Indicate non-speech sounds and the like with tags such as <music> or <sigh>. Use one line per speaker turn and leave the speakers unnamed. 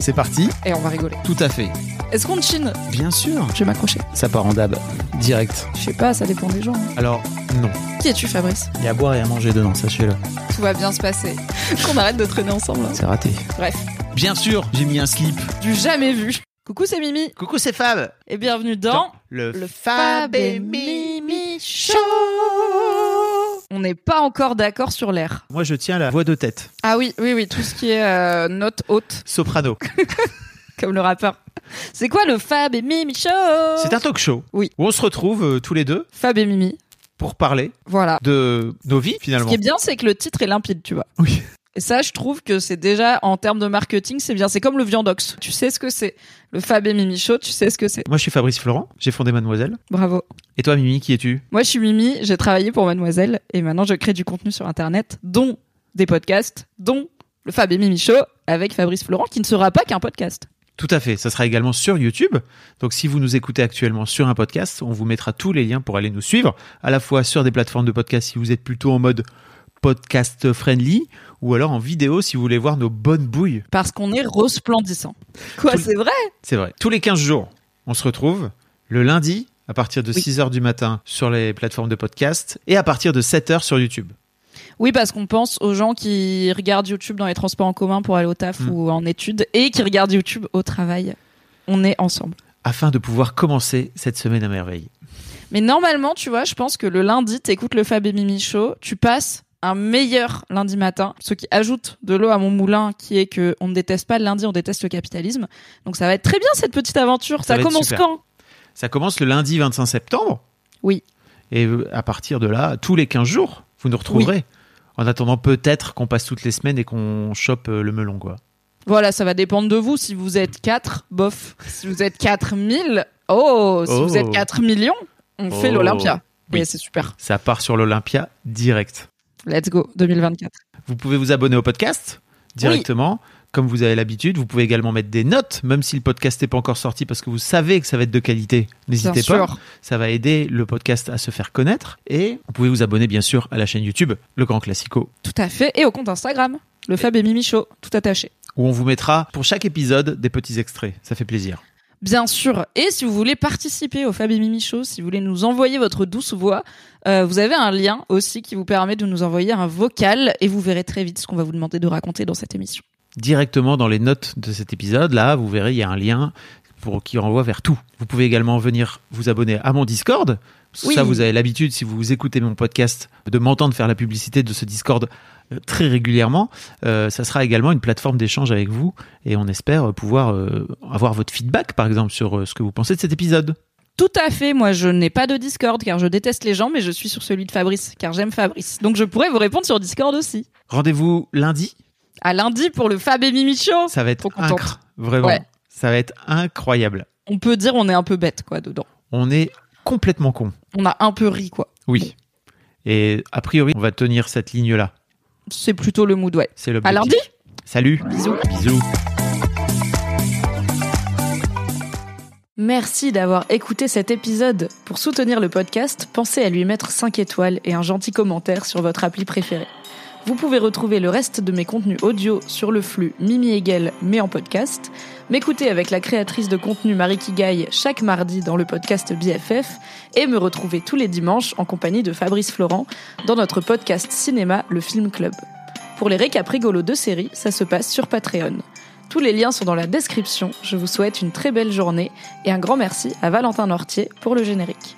C'est parti
Et on va rigoler.
Tout à fait.
Est-ce qu'on chine
Bien sûr.
Je vais m'accrocher.
Ça part en dab. Direct.
Je sais pas, ça dépend des gens. hein.
Alors, non.
Qui es-tu Fabrice
Il y a à boire et à manger dedans, sachez-le.
Tout va bien se passer. <laughs> Qu'on arrête de traîner ensemble. hein.
C'est raté.
Bref,
Bien sûr, j'ai mis un slip.
du jamais vu. Coucou, c'est Mimi
Coucou, c'est Fab.
et bienvenue dans
Le,
le
Fab
Fab
et
et
Mi.
Mimi Show. On n'est pas encore d'accord sur l'air.
Moi, je tiens la voix de tête.
Ah oui, oui, oui, tout ce qui est euh, note haute,
Soprano.
Oh. comme le rappeur. C'est quoi le Fab et Mimi Show
C'est un talk show.
Oui.
Où on se retrouve euh, tous les deux
Fab et Mimi,
pour parler
voilà.
de nos vies,
Ce
finalement.
qui est bien, c'est que le titre est limpide, tu vois.
Oui.
Et ça, je trouve que c'est déjà, en termes de marketing, c'est bien. C'est comme le Viandox. Tu sais ce que c'est. Le Fab et Mimi Show, tu sais ce que c'est.
Moi, je suis Fabrice Florent. J'ai fondé Mademoiselle.
Bravo.
Et toi, Mimi, qui es-tu
Moi, je suis Mimi, j'ai travaillé pour Mademoiselle et maintenant je crée du contenu sur Internet, dont des podcasts, dont le Fab et Mimi Show avec Fabrice Florent, qui ne sera pas qu'un podcast.
Tout à fait. Ça sera également sur YouTube. Donc, si vous nous écoutez actuellement sur un podcast, on vous mettra tous les liens pour aller nous suivre, à la fois sur des plateformes de podcast si vous êtes plutôt en mode podcast friendly, ou alors en vidéo si vous voulez voir nos bonnes bouilles.
Parce qu'on est resplendissant. Quoi,
Tout-
c'est vrai
C'est vrai. Tous les 15 jours, on se retrouve le lundi à partir de
Oui.
6h du matin sur les plateformes de podcast et à partir de 7h sur YouTube.
Oui, parce qu'on pense aux gens qui regardent YouTube dans les transports en commun pour aller au taf
Mm.
ou en études et qui regardent YouTube au travail. On est ensemble.
Afin de pouvoir commencer cette semaine à merveille.
Mais normalement, tu vois, je pense que le lundi, t'écoutes le Fab et Mimi Show, tu passes un meilleur lundi matin, ce qui ajoute de l'eau à mon moulin, qui est que on ne déteste pas le lundi, on déteste le capitalisme. Donc ça va être très bien cette petite aventure.
Ça
Ça,
va être
commence
super.
quand
Ça commence le lundi 25 septembre.
Oui.
Et euh, à partir de là, tous les 15 jours, vous nous retrouverez. En attendant peut-être qu'on passe toutes les semaines et qu'on chope euh, le melon, quoi.
Voilà, ça va dépendre de vous. Si vous êtes 4, bof. Si vous êtes 4000, oh, si
Oh.
vous êtes 4 millions, on fait
Oh.
l'Olympia.
Oui.
Et c'est super.
Ça part sur l'Olympia direct.
Let's go 2024.
Vous pouvez vous abonner au podcast directement, comme vous avez l'habitude. Vous pouvez également mettre des notes, même si le podcast n'est pas encore sorti, parce que vous savez que ça va être de qualité. N'hésitez
Bien
pas.
sûr.
Ça va aider le podcast à se faire connaître. Et vous pouvez vous abonner, bien sûr, à la chaîne YouTube, Le Grand Classico,
Tout à fait. Et au compte Instagram, le Fab et Mimi Show, tout attaché.
où on vous mettra pour chaque épisode des petits extraits. Ça fait plaisir.
Bien sûr. Et si vous voulez participer au Fab et Mimi Show, si vous voulez nous envoyer votre douce voix, euh, vous avez un lien aussi qui vous permet de nous envoyer un vocal et vous verrez très vite ce qu'on va vous demander de raconter dans cette émission.
directement dans les notes de cet épisode. Là, vous verrez, il y a un lien pour, qui renvoie vers tout. Vous pouvez également venir vous abonner à mon Discord.
Oui.
Ça, vous avez l'habitude, si vous écoutez mon podcast, de m'entendre faire la publicité de ce Discord euh, très régulièrement. Euh, ça sera également une plateforme d'échange avec vous et on espère pouvoir euh, avoir votre feedback, par exemple, sur euh, ce que vous pensez de cet épisode.
Tout à fait. Moi, je n'ai pas de Discord car je déteste les gens, mais je suis sur celui de Fabrice car j'aime Fabrice. Donc, je pourrais vous répondre sur Discord aussi.
Rendez-vous lundi.
À lundi pour le Fab et Mimi Show.
Ça va être
Trop contente.
incre, vraiment.
Ouais.
Ça va être incroyable.
On peut dire on est un peu bête quoi dedans.
On est complètement con.
On a un peu ri quoi.
Oui. Et a priori, on va tenir cette ligne-là.
C'est plutôt le mood ouais.
C'est le
À lundi.
Salut.
Bisous.
Bisous.
Merci d'avoir écouté cet épisode. Pour soutenir le podcast, pensez à lui mettre 5 étoiles et un gentil commentaire sur votre appli préférée. Vous pouvez retrouver le reste de mes contenus audio sur le flux Mimi Hegel mais en podcast, m'écouter avec la créatrice de contenu Marie Kigaille chaque mardi dans le podcast BFF et me retrouver tous les dimanches en compagnie de Fabrice Florent dans notre podcast cinéma Le Film Club. Pour les récaps rigolos de séries, ça se passe sur Patreon. Tous les liens sont dans la description. Je vous souhaite une très belle journée et un grand merci à Valentin Nortier pour le générique.